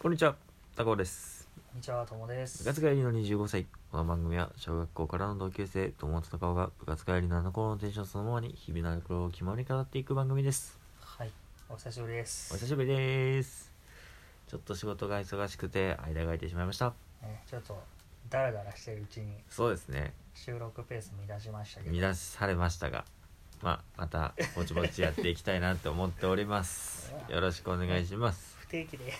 こんにちは、タコです。こんにちは、ともです。部活帰りの25歳。この番組は小学校からの同級生、友達と顔が部活帰りのあの頃のテンションそのままに日々の苦労を気ままに語っていく番組です。はい、お久しぶりです。お久しぶりです。ちょっと仕事が忙しくて間が空いてしまいました。ねちょっと、だらだらしてるうちにそうですね。収録ペース乱しましたけど、乱されましたが、まあ、またぼちぼちやっていきたいなと思っております。よろしくお願いします。不定期で、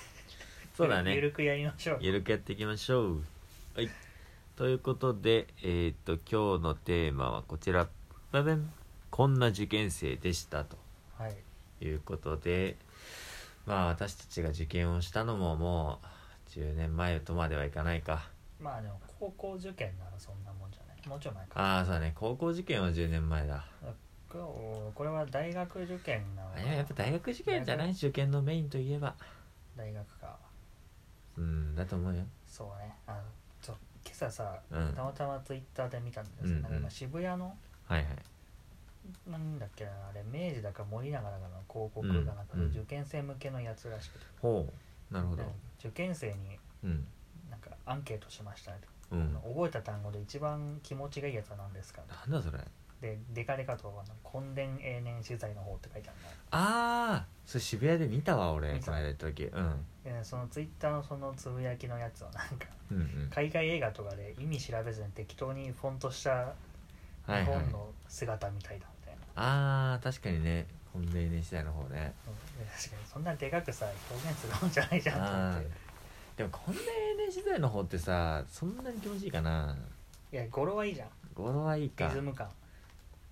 そうだゆねる。くやりましょう。ゆるくやっていきましょう。はい。ということで、えーっと、今日のテーマはこちら。ばばんこんな受験生でしたとはい、いうことで、まあ私たちが受験をしたのももう10年前とまではいかないか。まあでも、高校受験ならそんなもんじゃない。もうちょい前か。ああ、そうだね。高校受験は10年前だ。これおこれは大学受験なのあかいや、やっぱ大学受験じゃない受験のメインといえば。大学か。うん、だと思うよ。そうね。あのそう今朝さ、うんたまたまツイッターで見たんですけど、うんうんなんか今渋谷の、はいはい。なんだっけな、あれ、明治だか森永だかの広告うんがなんか、うん受験生向けのやつらしくて、ほう。なるほどなん。か受験生にうん。なんかアンケートしましたねと、うん。覚えた単語で一番気持ちがいいやつは何ですかなんだそれ。でデカデカと「根田永年資材の方」って書いてあるんだああそれ渋谷で見たわ俺見たこの間行った時うんでそのツイッターのそのつぶやきのやつをなんかうんうん海外映画とかで意味調べずに適当にフォントしたは日いはい本の姿みたいだみたいな、あー確かにねコンビニ時代の方ねうんで確かにそんなでかくさ表現するもんじゃ ないじゃんとあ思っーでもコンビニ時代の方ってさそんなに気持ちいいかなていや語呂はいいじゃん語呂はいいリかズム感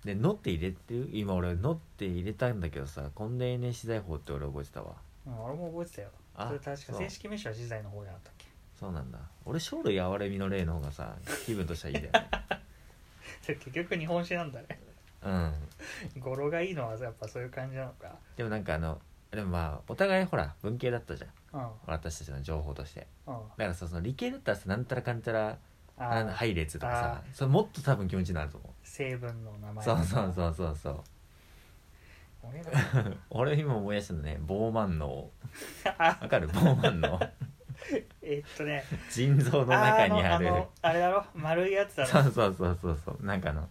で「の」って入れてる今俺「の」って入れたんだけどさコンビニ時代法って俺覚えてたわうん、俺も覚えてたよあそれ確かそう正式名称は資材の方じゃなかったっけそうなんだ俺生類哀れみの例の方がさ気分としてはいいん だよねで 結局日本史なんだね うん語呂がいいのはやっぱそういう感じなのかでもなんかあのでもまあお互いほら文系だったじゃんうんうん私たちの情報としてあだからさその理系だったらさなんたらかんたらあのあ配列とかさそれもっと多分気持ちになると思う成分の名前そうそうそうそうそう俺ら俺今思い出したのねボーマン のあわかるボーマンのえっとね腎臓の中にあるあのあれだろ丸いやつだそろうそうそうそうそうなんかあの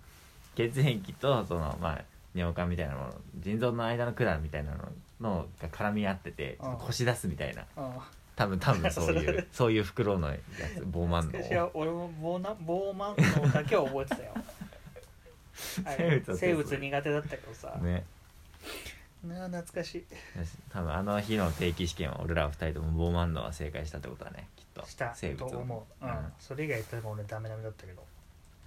血液とそのまあ尿管みたいなもの腎臓の間の管みたいなののが絡み合っててうん腰出すみたいなうん多分多分そう そいうれそういう袋のやつボーマンの 私は俺も棒な棒マンのだけは覚 えてたよあ生物だれったよ生物苦手だったけどさ、ねなあ懐かしい多分あの日の定期試験は俺ら二人ともボーマンドは正解したってことだねきっとした生と物を思う、うんうんそれ以外多分俺ダメダメだったけど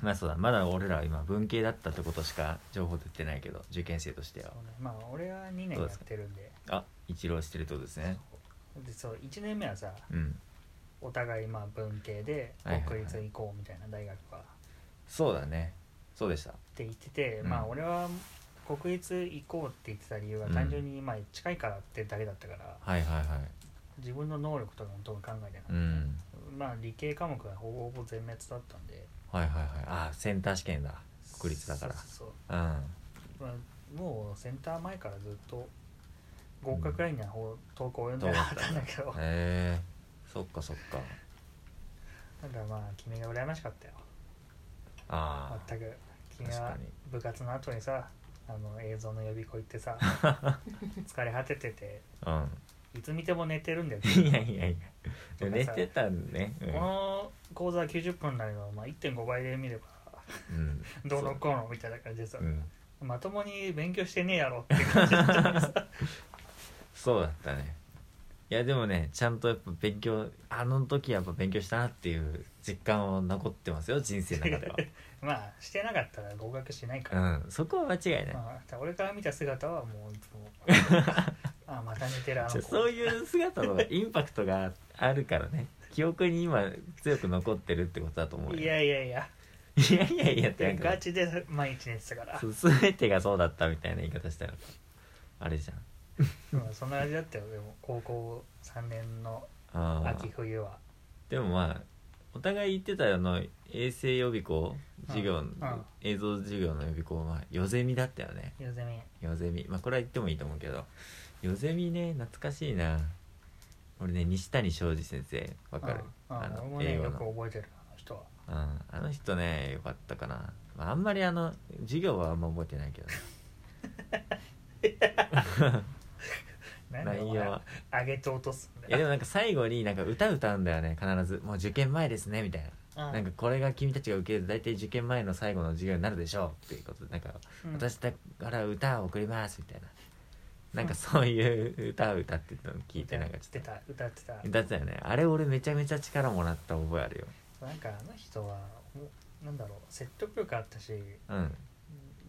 まあそうだまだ俺らは今文系だったってことしか情報出てないけど受験生としてそはう、ね、まあ俺は2年どうやでっすかてるんであ一浪してるってことですねでそう1年目はさうんお互いまあ文系ではいはいはい国立行こうみたいな大学はそうだねそうでしたって言ってて、うんまあ俺は国立行こうって言ってた理由はうん単純にまあ近いからってだけだったから、はいはいはい自分の能力とかもどう考えてなかった、うんまあ理系科目はほぼほぼ全滅だったんではいはいはいあセンター試験だ国立だからそうそううんそうまあ、もうセンター前からずっと合格ラインにはほう投稿を読んでなかったんだけど、へえそっかそっか なんだまあ君が羨ましかったよあ全く君確はかに部活の後にさあの映像の予備校行っ てさ疲れ果てててあいつ見ても寝て るんだようんいやいやいや寝てたねうこの講座は90分なのをまあ1.5倍で見ればん、うん、どうのこうのみたいな感じでさう、んまともに勉強してねえやろって 感じだったのにさそうだったねいやでもねちゃんとやっぱ勉強あの時やっぱ勉強したなっていう実感は残ってますよ人生の中でまあしてなかったら合格しないから、 はうんそこは間違いないまあ、だから俺から見た姿はもうい つもあまた寝てるあちのょ子そういう姿のインパクトがあるからね記憶に今強く残ってるってことだと思うよいやいやいやいやいやいやってなんガかチで毎日寝てたから、そう全てがそうだったみたいな言い方したらあれじうんそんな感じだったよでも高校3年のゃんあ秋ー冬はでもまあお互い言ってたあの衛生予備校授業、うんうん映像授業の予備校は夜ゼミだったよね夜ゼミ夜ゼミまあこれは言ってもいいと思うけど夜ゼミね懐かしいな俺ね西谷昌司先生わかるうんうんあ俺のも英ね語よくの、覚えてるあの 人はうん、あの人ねよかったかな、まあ、あんまりあの授業はあんま覚えてないけ どね何で内お容前は上げて落とすんいやだでよもなんか最後になんか歌歌うんだよね必ずもう受験前ですねみたいなうんなんかこれが君たちが受けると大体受験前の最後の授業になるでしょうっていうことでなんかうん私だから歌を送りますみたいななんかそういう歌を歌ってたの聞いてなんかち歌ょっってた歌ってとただったよねあれ俺めちゃめちゃ力もらった覚えあるよなんかあの人はもうなんだろう説得力あったしうん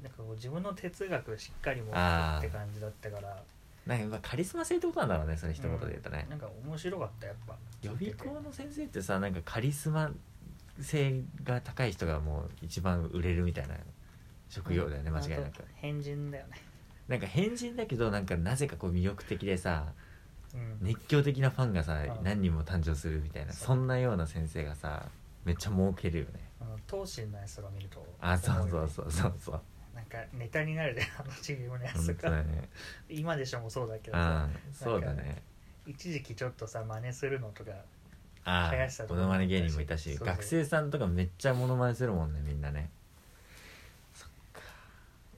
なんかこう自分の哲学しっかり持ってあーって感じだったからなんかまあカリスマ性ってことなんだろうねその一言で言うとね、なんか面白かったやっぱ予備校の先生ってさなんかカリスマ性が高い人がもう一番売れるみたいな職業だよね、間違いな本く当変人だよねなんか変人だけどなんかなぜかこう魅力的でさうん熱狂的なファンがさうん何人も誕生するみたいなそうそんなような先生がさめっちゃ儲けるよねあの闘志のやつが見るとあそう思そようねそうそう そうなんかネタになるであのチームのやつ本当だがね今でしょもそうだけどあさあそうだね一時期ちょっとさ真似するのとかあ林さあんモとノマネ芸人もいたしそうそう学生さんとかめっちゃモノマネするもんねみんなねそっか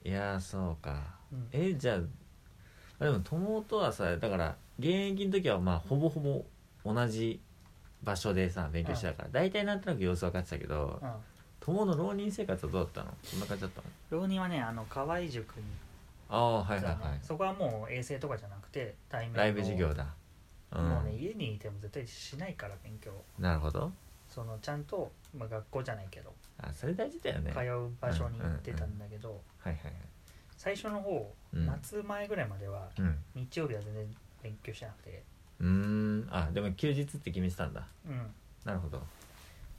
いやーそうかうんえじゃああでも友とはさだから現役の時はまあほぼほぼ同じ場所でさ勉強してたから大体なんとなく様子分かってたけどうん友の浪人生活はどうだったのそんな感じだったの浪人はねあの河合塾にああはいはい行はっいたのねそこはもう衛星とかじゃなくて対面のライブ授業だうんもうね家にいても絶対しないから勉強なるほどそのちゃんと、まあ、学校じゃないけどあそれ大事だよね通はいはう場所に行ってたんだけど、いはい最初の方、うん夏前ぐらいまではうん日曜日は全然勉強してなくてうーんあでも休日って決めてたんだうんなるほど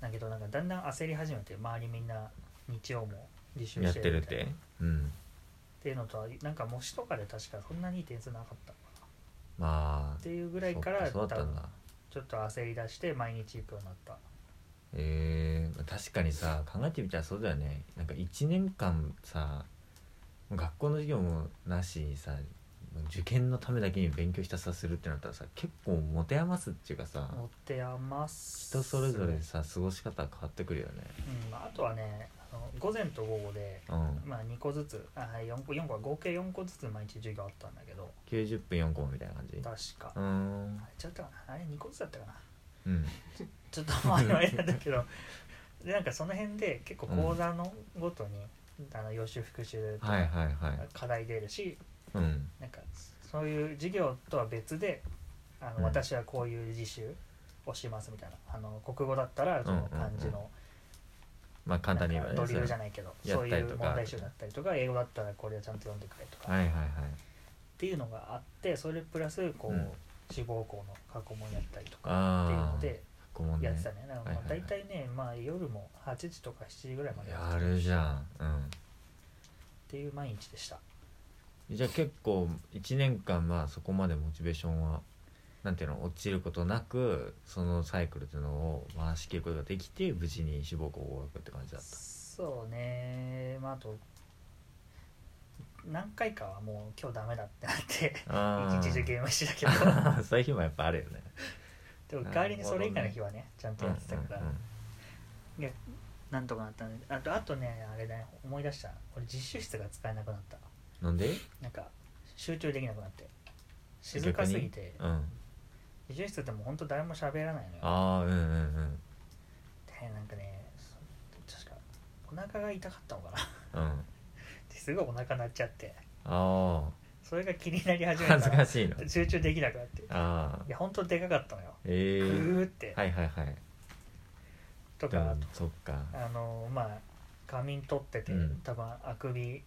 だけどなんかだんだん焦り始めて周りみんな日曜も自習やっしててるっるみたいなてうんっていうのとはなんか模試とかで確かそんなにいい点数なかったのかなまあっていうぐらいからそっかそうだったん多分だちょっと焦り出して毎日行くようになったえー、確かにさ考えてみたらそうだよねなんか1年間さもう学校の授業もなしにさ受験のためだけに勉強ひたすらするってなったらさ結構持て余すっていうかさ持って余す人それぞれさ過ごし方変わってくるよねうんまああとはねあの午前と午後で、うんまあ、2個ずつあ4個4個は合計4個ずつ毎日授業あったんだけど90分4コマみたいな感じ確うーか、あんれちょっとかなあれ2個ずつだったかなうんちょっと前はあれなんだけどでなんかその辺で結構講座のごとに、あの予習復習とか、はいはいはい課題出るしうんなんかそういう授業とは別であの、うん私はこういう自習をしますみたいなあの国語だったらその漢字の、まあ簡単に言えばなんねかドリルそじゃれないけどやそうっいたりうとか問題集だったりとか英語だったらこれはちゃんと読んでくれとか、はっいはいはいていうのがあってそれプラスこう、うん志望校の過去問やったりとかっていうあのあで顧問やねってたねだからまはいはあいは大い体ね、まあ、夜も8時とか7時ぐらいまでやっるじゃんうんていう毎日でしたじゃあ結構1年間まあそこまでモチベーションはなんていうの落ちることなくそのサイクルっていうのを回しきることができて無事に志望校合格って感じだったそうねまああと何回かはもう今日ダメだってなってあ 一日中ーゲームしてたけ どそういう日もやっぱあるよねでも代わりにそれ以外の日はねちゃんとやってたから、うんうんうんなんとかなったんであとあとねあれだね思い出した俺実習室が使えなくなったなんでなんか集中できなくなって静かすぎてうんあ実習室ってもうほんと誰も喋らないのよあーうんうんうんでなんかねそ確かお腹が痛かったのかな うんですごいお腹鳴っちゃってあそれが気になりあ始めた恥ずらかしいの集中できなくなってああいやほんとでかかったのよえグえーって、はいはいはいとでかもあとそっかあのまあ仮眠取ってて、うん多分あくび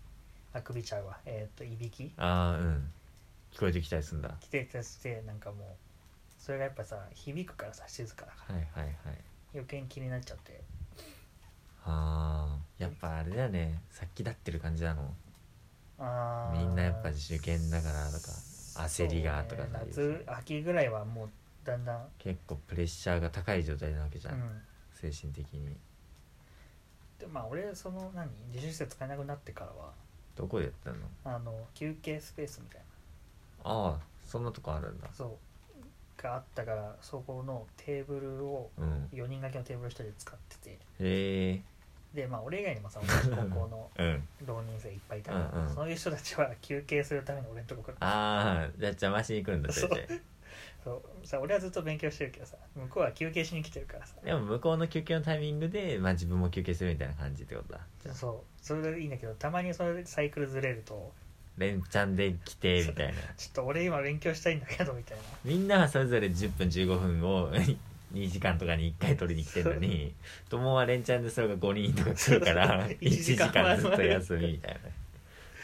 あくびちゃうわえっ、といびきああうん聞こえてきたりするんだは来てたしてなんかもうそれがやっぱさ響くからさ静かだからいはいはい余計に気になっちゃってああやっぱあれだよねさっきだってる感じなのあーみんなやっぱ受験だからとか焦りがとかさそうね夏秋ぐらいはもうだんだん、結構プレッシャーが高い状態なわけじゃ、うんん、精神的にでまあ俺その何自習室使えなくなってからはどこでやったのあの休憩スペースみたいああそんなとこあるんだなそうがあったからそこのテーブルをうん4人掛けのテーブル1人で使っててへでまあ俺以外にもさ同じ高校のえうん浪人生いっぱいいたから、うんうんその人たちは休憩するために俺のとこからああじゃあ邪魔しに来るんだそそうれでそうさ俺はずっと勉強してるけどさ向こうは休憩しに来てるからさでも向こうの休憩のタイミングで、まあ、自分も休憩するみたいな感じってことだじゃあそうそれでいいんだけどたまにそれでサイクルずれると連チャンで来てみたいなちょっと俺今勉強したいんだけどみたいなみんなはそれぞれ10分15分を 2時間とかに1回取りに来てるの に友は連チャンでそれが5人とか来るからそう1時 一時間間ずっと休みみたい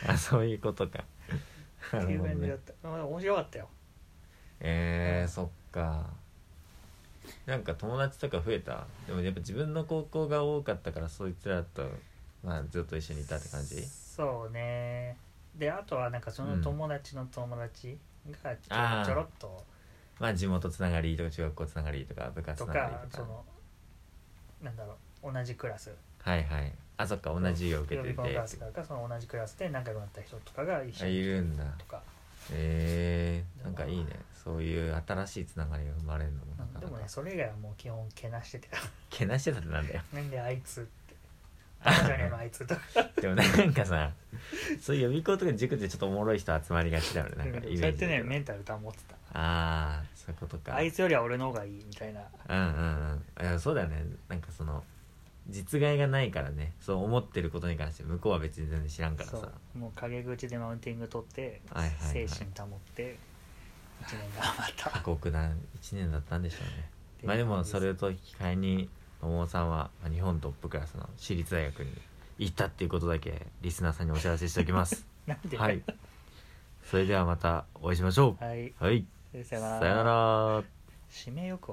なあそういうことかなっているほうど感じねだった、まあ面白かったよえー、そっかなんか友達とか増えたでもやっぱ自分の高校が多かったからそいつらと、まあ、ずっと一緒にいたって感じそうねであとはなんかその友達の友達がちょ,、あーちょろっとまあ地元つながりとか中学校つながりとか部活とつながりかとそかのなんだろう同じクラスはいはいあそっか同じ授業受けて予備校のクラスてだからその同じクラスで仲良くなった人とかが一あ緒いにるんだとかえー、なんかいいねそういう新しいつながりが生まれるのもなうんかでなもねかそれ以外はもう基本けなしててけなしてたってなんだよ なんであいつって誰じゃねえのあいつとかでもなんかさそういう予備校とか塾でちょっとおもろい人集まりがちだよねうなんんかそうイメやーっジてだけねどメンタル保ってたああそういうことかあいつよりは俺の方がいいみたいなうんうんうんいやそうだよねなんかその実害がないからねそう思ってることに関して向こうは別に全然知らんからそさうもう陰口でマウンティング取って、はいはいはい精神保って1年頑張った過酷な1年だったんでしょうねっていうまあでも感じそすれと引き換えに友さんはまあ日本トップクラスの私立大学に行ったっていうことだけリスナーさんにお知らせしておきますなん ではいそれではまたお会いしましょはいうはいささよよならなら締めよく